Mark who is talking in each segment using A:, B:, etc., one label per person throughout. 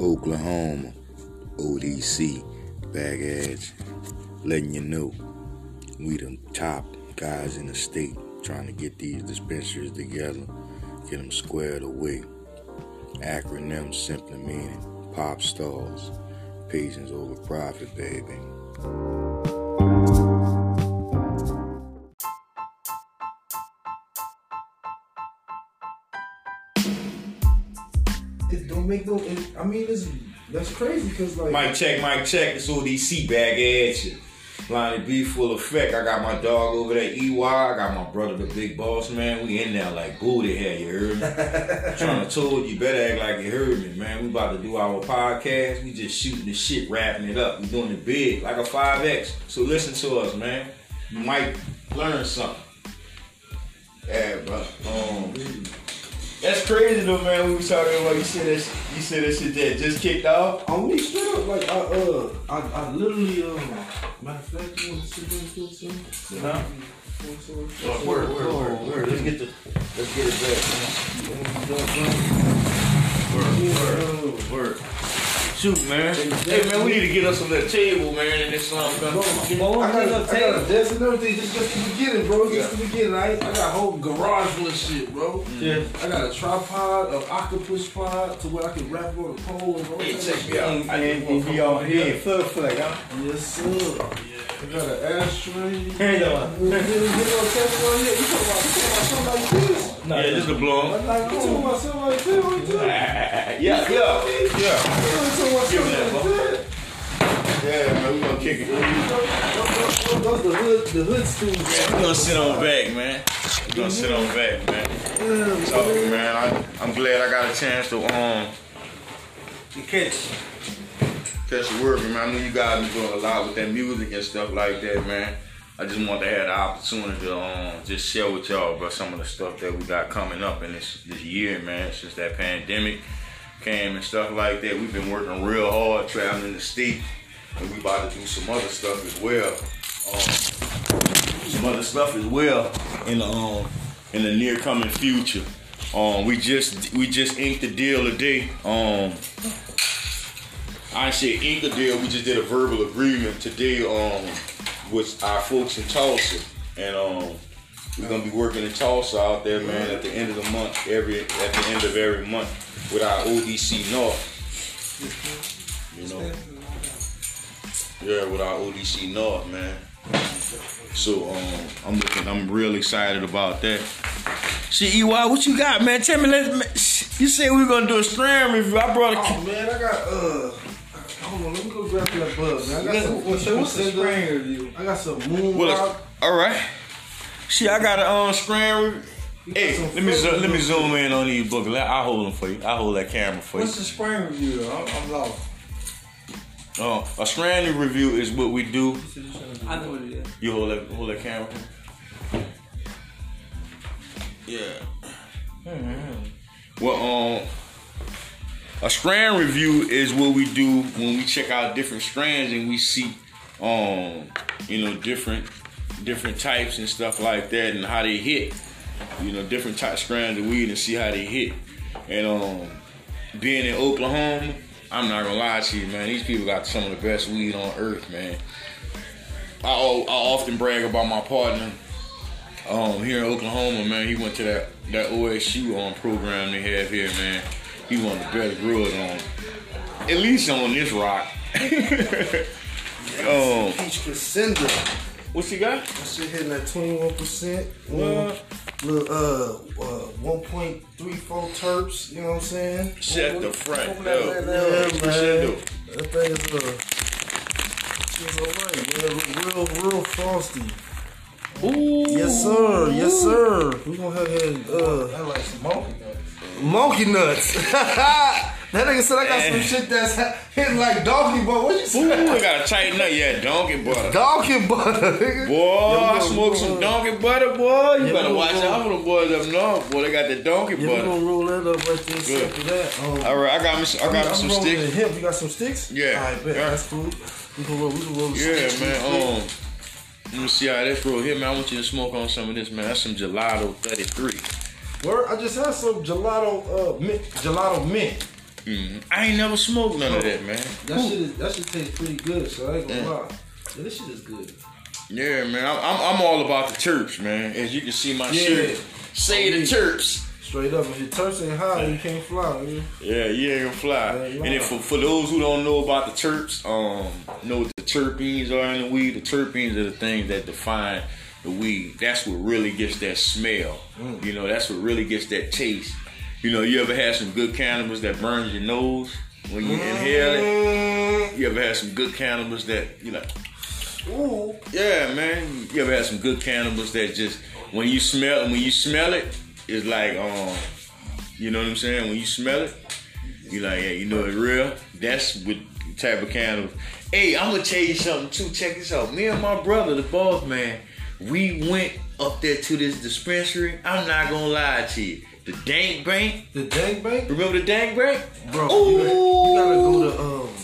A: Oklahoma, ODC, Baggage, letting you know we the top guys in the state trying to get these dispensaries together, get them squared away. Acronym simply meaning pop stars, patience over profit, baby.
B: It don't make no. It, I mean, it's that's crazy because like
A: Mic check, mic check. It's ODC back at you. Lonnie B full effect. I got my dog over there, EY. I got my brother, the big boss, man. We in there like booty hair, you heard me? Trying to told you better act like you heard me, man. We about to do our podcast. We just shooting the shit, wrapping it up. We doing it big, like a 5X. So listen to us, man. You might learn something. Yeah, bro. Um, that's crazy though, man. We was talking about you said that sh- you said that shit that just kicked off.
B: only straight up like I uh I, I literally um matter of fact you want to sit down still soon.
A: Huh?
B: Oh,
A: Word, word, word, word. Let's get the let's get it back. Word, word, word. Shoot, man. Hey, man, we need to get us a little table, man, and this song
B: Bro,
A: comes.
B: I got, a, I got a desk and everything. This just the beginning, bro. It's Just the beginning. I, I got a whole garage full of shit, bro.
C: Yeah.
B: I got a tripod, an octopus pod, to where I can wrap it on a pole. And all
A: Hey,
B: that
A: check
B: shit.
A: me out. I need
C: And we all here, full flag, huh?
B: Yes, sir. I got an ashtray.
C: Hands on.
B: You know, test one here. You talking about, you talking about something like this?
C: No,
A: Yeah, just a blow.
B: I'm like, you talking about something like this? What you talking about?
A: Yeah, yeah, yeah.
B: You talking about
A: Give me
B: something
A: that,
B: like
A: bro.
B: that?
A: Yeah, man, we gonna kick it.
B: You know, those- those- Those the hood, the hood students.
A: We gonna sit on back, man. We gonna sit on back, man.
B: Damn,
A: So, man, I, I'm glad I got a chance to um
C: You catch.
A: catch the word, man. I know you guys been doing a lot with that music and stuff like that, man. I just want to have the opportunity to um, just share with y'all about some of the stuff that we got coming up in this this year, man. Since that pandemic came and stuff like that, we've been working real hard traveling the state, and we about to do some other stuff as well. Um, some other stuff as well in the um in the near coming future. Um, we just we just inked the deal today. Um, I said ink a deal. We just did a verbal agreement today. Um, with our folks in Tulsa, and um, we're gonna be working in Tulsa out there, man. At the end of the month, every at the end of every month, with our ODC North. You know, yeah, with our ODC North, man. So um, I'm looking. I'm real excited about that. Shit, EY, what you got, man? Tell me, let us you said we were gonna do a stream review. I brought a.
B: Oh man, I got uh, I don't know. Let me go grab that bug, man. I got
C: Let's-
B: some.
C: what's- what's the
B: Crescendo.
C: spring review?
B: I got some moon
A: Well,
B: rock.
A: it's- all right. See, I got a um screen.
B: You got
A: Hey,
B: some
A: let me
B: fruit
A: zo- let me
B: juice.
A: zoom in on these book. I'll hold them for you. I'll hold that camera for you.
C: What's the spring review? though? I'm, I'm lost.
A: Uh, a stranded review is what we do.
C: I know what it is.
A: You hold that hold that camera. Yeah. Well, um, a strand review is what we do when we check out different strands and we see, um, you know, different different types and stuff like that and how they hit. You know, different type strands of weed and see how they hit. And um, being in Oklahoma, I'm not gonna lie to you, man. These people got some of the best weed on earth, man. I, o- I often brag about my partner um, here in Oklahoma, man. He went to that, that OSU um, program they have here, man. He one of the best growers on, at least on this rock. um,
B: Peach Crescendo. That
A: what you got?
B: shit hitting at 21%. One, little, uh, uh, 1.34 terps, you know what I'm saying?
A: Shut the front
B: Open that
A: door.
B: man
A: Shut
B: up,
A: the
B: man.
A: door.
B: That thing is, uh, it's all right, man. Real, real frosty. Yes, sir. Yes, sir. We're gonna have that, uh,
C: I like some monkey nuts.
B: monkey nuts. that nigga said I got some
A: Eh.
B: shit that's hitting like donkey butter. What you
A: Ooh,
B: say?
A: I got a tighten up. Yeah, donkey butter.
B: Donkey butter, nigga.
A: Boy,
B: Yeah, we
A: I
B: gonna-
A: smoked
B: we
A: some
B: gonna-
A: donkey butter, boy. You
B: Yeah,
A: better
B: we
A: watch
B: gonna-
A: out for them boys up north. Boy, they got the donkey
B: Yeah, we're
A: butter.
B: gonna roll that up right there and
A: Good.
B: set to that. Um,
A: All right, I got me. s- I got
B: I'm
A: me some
B: rolling
A: sticks.
B: the hemp. You got some sticks?
A: Yeah.
B: All right, bet.
A: Yeah.
B: That's cool. We can roll. We can roll the
A: Yeah,
B: sticks.
A: man. Um, let me see how this roll here, man. I want you to smoke on some of this, man. That's some gelato 33.
B: Word, I just had some gelato, uh, mint, gelato mint.
A: Mhm. I ain't never smoked none of that, man.
B: That shit is that shit tastes pretty good, so I ain't gonna
A: Yeah.
B: lie. Yeah, this shit is good.
A: Yeah, man. I'm, I'm, I'm all about the chirps, man. As you can see, my
B: Yeah. Oh,
A: shirt say the chirps.
B: Straight up, if your turf ain't high, you can't fly. nigga.
A: Yeah, you ain't gonna fly.
B: Yeah, you
A: and then
B: are.
A: for, for those who don't know about the terps, um, know what the terpenes are in the weed. The terpenes are the things that define the weed. That's what really gets that smell. You know, that's what really gets that taste. You know, you ever had some good cannabis that burns your nose when you inhale it? You ever had some good cannabis that you know?
B: Ooh,
A: Yeah, man. You ever had some good cannabis that just when you smell when you smell it, it's like um, you know what I'm saying? When you smell it, you like yeah, you know it's real. That's what type of cannabis. Hey, I'm gonna tell you something too. Check this out. Me and my brother, the boss man, we went up there to this dispensary. I'm not gonna lie to you. The Dank Bank.
B: the dang bank,
A: Remember the Dank Bank?
B: bro. You, gotta, you gotta go to um,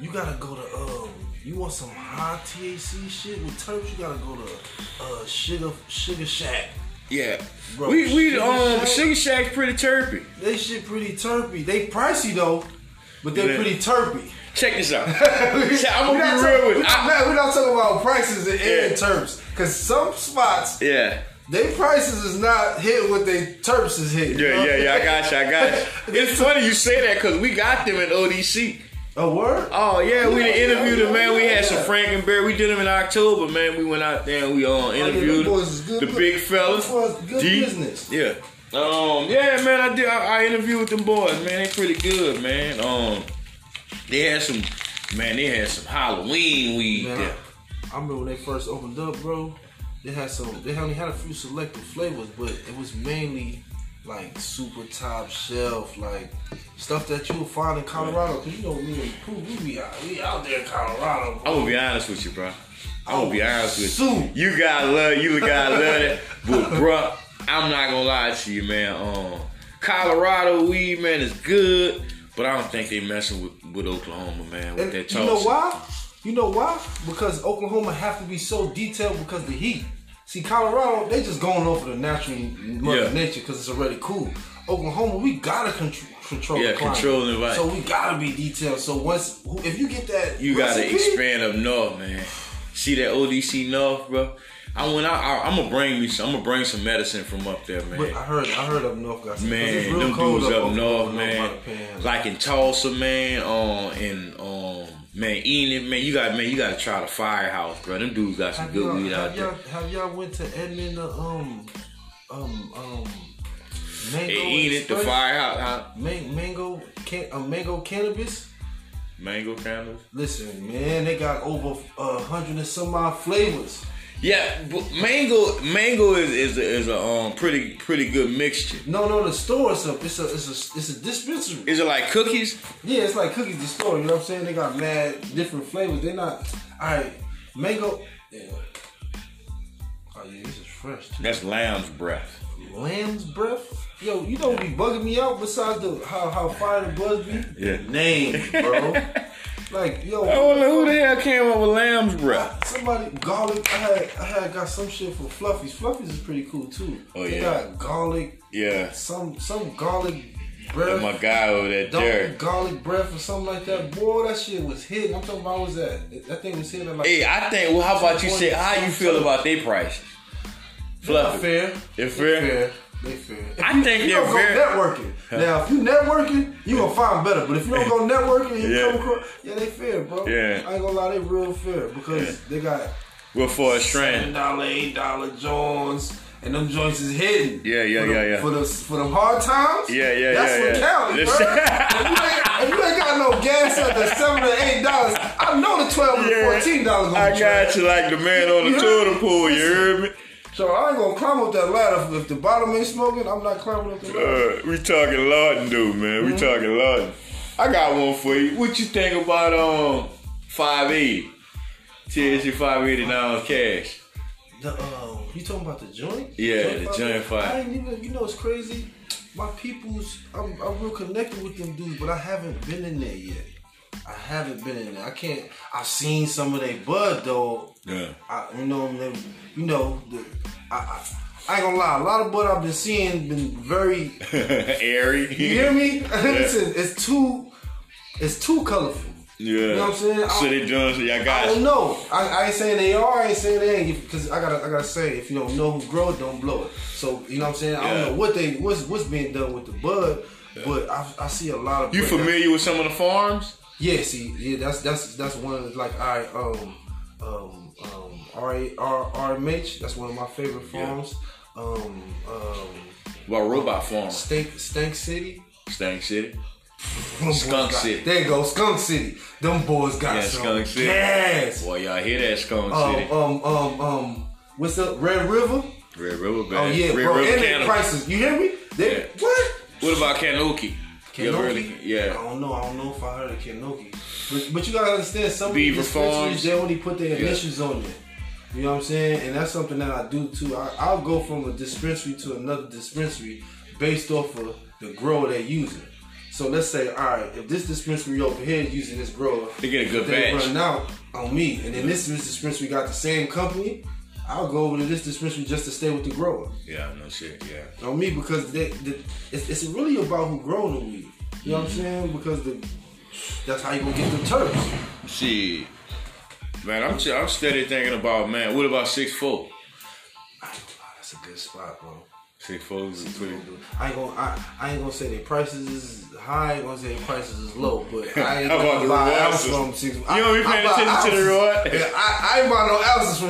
B: you gotta go to um. You want some high THC shit with turf? You gotta go to uh sugar sugar shack.
A: Yeah.
B: Bro,
A: we we
B: Sugar
A: um
B: Shack?
A: Sugar Shack's pretty turpy.
B: They shit pretty turpy. They pricey though, but they
A: Yeah.
B: pretty turpy.
A: Check this out.
B: We're
A: I'm
B: not
A: gonna be
B: talk-
A: real with
B: we're
A: you.
B: not, man, we're not talking about prices and
A: Yeah.
B: and terps, cause some spots
A: Yeah.
B: they prices is not hit what they terps is hit. you
A: Yeah,
B: know?
A: yeah, yeah. I got you. I got you. It's funny you say that because we got them at ODC.
B: A word?
A: Oh yeah, we done
B: Yeah,
A: interviewed
B: yeah,
A: them, man. We had
B: yeah.
A: some Frankenberry. We did them in October, man. We went out there and we uh, interviewed
B: Oh, them boys is good
A: the
B: bu-
A: big fellas.
B: them boys good
A: D.
B: business.
A: Yeah. Um. Yeah, man. I did. I, I interviewed with them boys, man. They pretty good, man. Um. They had some, man. They had some Halloween weed
B: Man,
A: there.
B: I, I remember when they first opened up, bro. They had some. They only had a few selective flavors, but it was mainly like super top shelf, like stuff that you'll find in Colorado. Cause you know me and Pooh, we be out, we out there in Colorado. Bro.
A: I'm gonna be honest with you, bro. I'm gonna
B: Oh,
A: be honest with
B: Sue.
A: you. You gotta love, you gotta love it. But bruh, I'm not gonna lie to you, man. Um, Colorado weed, man, is good, but I don't think they messing with, with Oklahoma, man. With
B: And
A: that
B: you
A: talk.
B: know why? You know why? Because Oklahoma have to be so detailed because the heat. See, Colorado, they just going over the natural mother
A: Yeah.
B: nature because it's already cool. Oklahoma, we gotta contr- control.
A: Yeah,
B: the climate.
A: control the environment.
B: So we gotta be detailed. So once, who- if you get that,
A: You gotta
B: recipe,
A: expand up north, man. See that ODC north, bro. I went out. I, I'm gonna bring me. Some, I'm gonna bring some medicine from up there, man.
B: But I heard, I heard up north got some. 'cause it's
A: Man,
B: real
A: them
B: cold
A: dudes up, north,
B: Oklahoma,
A: man.
B: nobody paying.
A: Like in Tulsa, man. Um, and um, man, Enid, man. You got, man. You got to try the firehouse, bro. Them dudes got some
B: have
A: good
B: y'all,
A: weed
B: have
A: out there.
B: y'all, Have y'all went to Edmond? The um, um, um, mango
A: Hey, Enid, the
B: Express?
A: firehouse, huh?
B: Man- mango, can, uh, mango cannabis.
A: mango candles.
B: Listen, man, they got over a hundred and some odd flavors.
A: Yeah, but mango, mango is is a, is a um pretty pretty good mixture.
B: No, no, the store is a it's a it's a it's a dispensary.
A: Is it like cookies?
B: Yeah, it's like cookies the store. You know what I'm saying? They got mad different flavors. They're not all right. Mango. Yeah. Oh yeah, this is fresh too.
A: That's lamb's breath.
B: Lamb's breath. Yo, you don't be bugging me out. Besides the how how fire the buzz be.
A: Yeah.
B: Names, bro. like yo.
A: I wonder who the hell came up with lamb's breath.
B: Somebody garlic. I had I had got some shit from Fluffy's. Fluffy's is pretty cool too.
A: Oh,
B: They
A: yeah.
B: got garlic.
A: Yeah,
B: Some some garlic
A: and
B: breath.
A: my guy over there,
B: Don't
A: Derek.
B: garlic breath or something like that. Boy, that shit was hitting. I'm talking about what was that? That thing was hitting like
A: Hey, I think. Well, how about you say how you feel about their prices?
B: Not
A: Fluffy.
B: fair.
A: They
B: They
A: fair?
B: They fair. If
A: I
B: you-
A: think
B: if you
A: they're
B: don't go
A: fair.
B: networking. Now, if you networking, you gonna find better. But if you don't go networking, and you
A: Yeah.
B: come across, yeah, they fair, bro.
A: Yeah.
B: I ain't gonna lie, they real fair because they got
A: Well, for a
B: seven
A: strand.
B: dollar, eight dollar joints, and them joints is hidden.
A: Yeah, yeah,
B: for the,
A: yeah, yeah.
B: For the for the hard times.
A: Yeah, yeah,
B: that's
A: yeah, yeah.
B: what counts, bro. if, you ain't, if you ain't got no gas at the seven or eight dollars, I know the twelve and
A: Yeah.
B: fourteen dollars gonna
A: I
B: be
A: got you like the man on the
B: You
A: totem pole, you heard me?
B: So I ain't gonna climb up that ladder if the bottom ain't smoking. I'm not climbing up the ladder.
A: Uh, we talking Lawton, dude, man.
B: Mm-hmm.
A: We talking Lawton. I got one for you. What you think about um 580? THC 580 now cash.
B: The, um, you talking about the joint?
A: Yeah, the
B: five?
A: joint five.
B: I ain't even. You know, it's crazy. My peoples, I'm, I'm real connected with them dudes, but I haven't been in there yet. I haven't been in there. I can't. I've seen some of their bud though.
A: Yeah.
B: I, you know, they, you know, the, I, I, I ain't gonna lie, a lot of what I've been seeing been very
A: Airy.
B: You hear me? Listen, it's too, it's too colorful.
A: Yeah.
B: You know what I'm saying? I-
A: So they doing so y'all
B: I
A: got
B: don't know. I, I ain't saying they are. I ain't saying they ain't. Because I gotta, I gotta say, if you don't know who grow it, don't blow it. So you know what I'm saying? I
A: Yeah.
B: don't know what they, what's what's being done with the bud, but I, I see a lot of.
A: You
B: breakdown.
A: familiar with some of the farms?
B: Yeah, see, yeah, that's that's that's one of the, like I um um um R R RMH. That's one of my favorite farms. Um um
A: Well, robot farms.
B: Stank Stank City.
A: Stank City.
B: Them boys
A: Skunk
B: got-
A: City.
B: There you go, Skunk City. Them boys got
A: Yeah,
B: some
A: Skunk City.
B: gas.
A: Boy, y'all hear that Skunk City?
B: Um, um, um, um, what's up, Red River?
A: Red River, baby.
B: Oh yeah,
A: Red
B: bro.
A: River
B: And
A: Canada.
B: the prices, you hear me? They,
A: Yeah.
B: What?
A: What about Canuki? You ever
B: Kenoki?
A: heard of-
B: I
A: yeah.
B: don't know. I don't know if I heard of Kenoki, but, but you gotta understand some
A: Beaver
B: of these dispensaries
A: Farms.
B: they only put their
A: Yeah.
B: initials on there. You know what I'm saying? And that's something that I do too. I, I'll go from a dispensary to another dispensary based off of the grower they're using. So let's say, all right, if this dispensary over here is using this grower,
A: They get a good
B: they
A: batch.
B: run out on me, and then this this dispensary got the same company. I'll go over to this dispensary just to stay with the grower
A: Yeah, no shit. Yeah.
B: on me because they, the it's, it's really about who growing the weed. You know what I'm saying? Because the that's how you gonna get the turps.
A: Shit. Man, I'm I'm steady thinking about man. What about six four?
B: I ain't gonna lie, that's a good spot, bro.
A: Six four is pretty.
B: I ain't gonna I, I ain't gonna say their prices is high. I ain't gonna say their prices is low, but I ain't
A: How about
B: gonna
A: the
B: buy
A: reward
B: ounces
A: system?
B: from six.
A: You don't be paying attention to the reward?
B: Yeah, I, I ain't buy no ounces from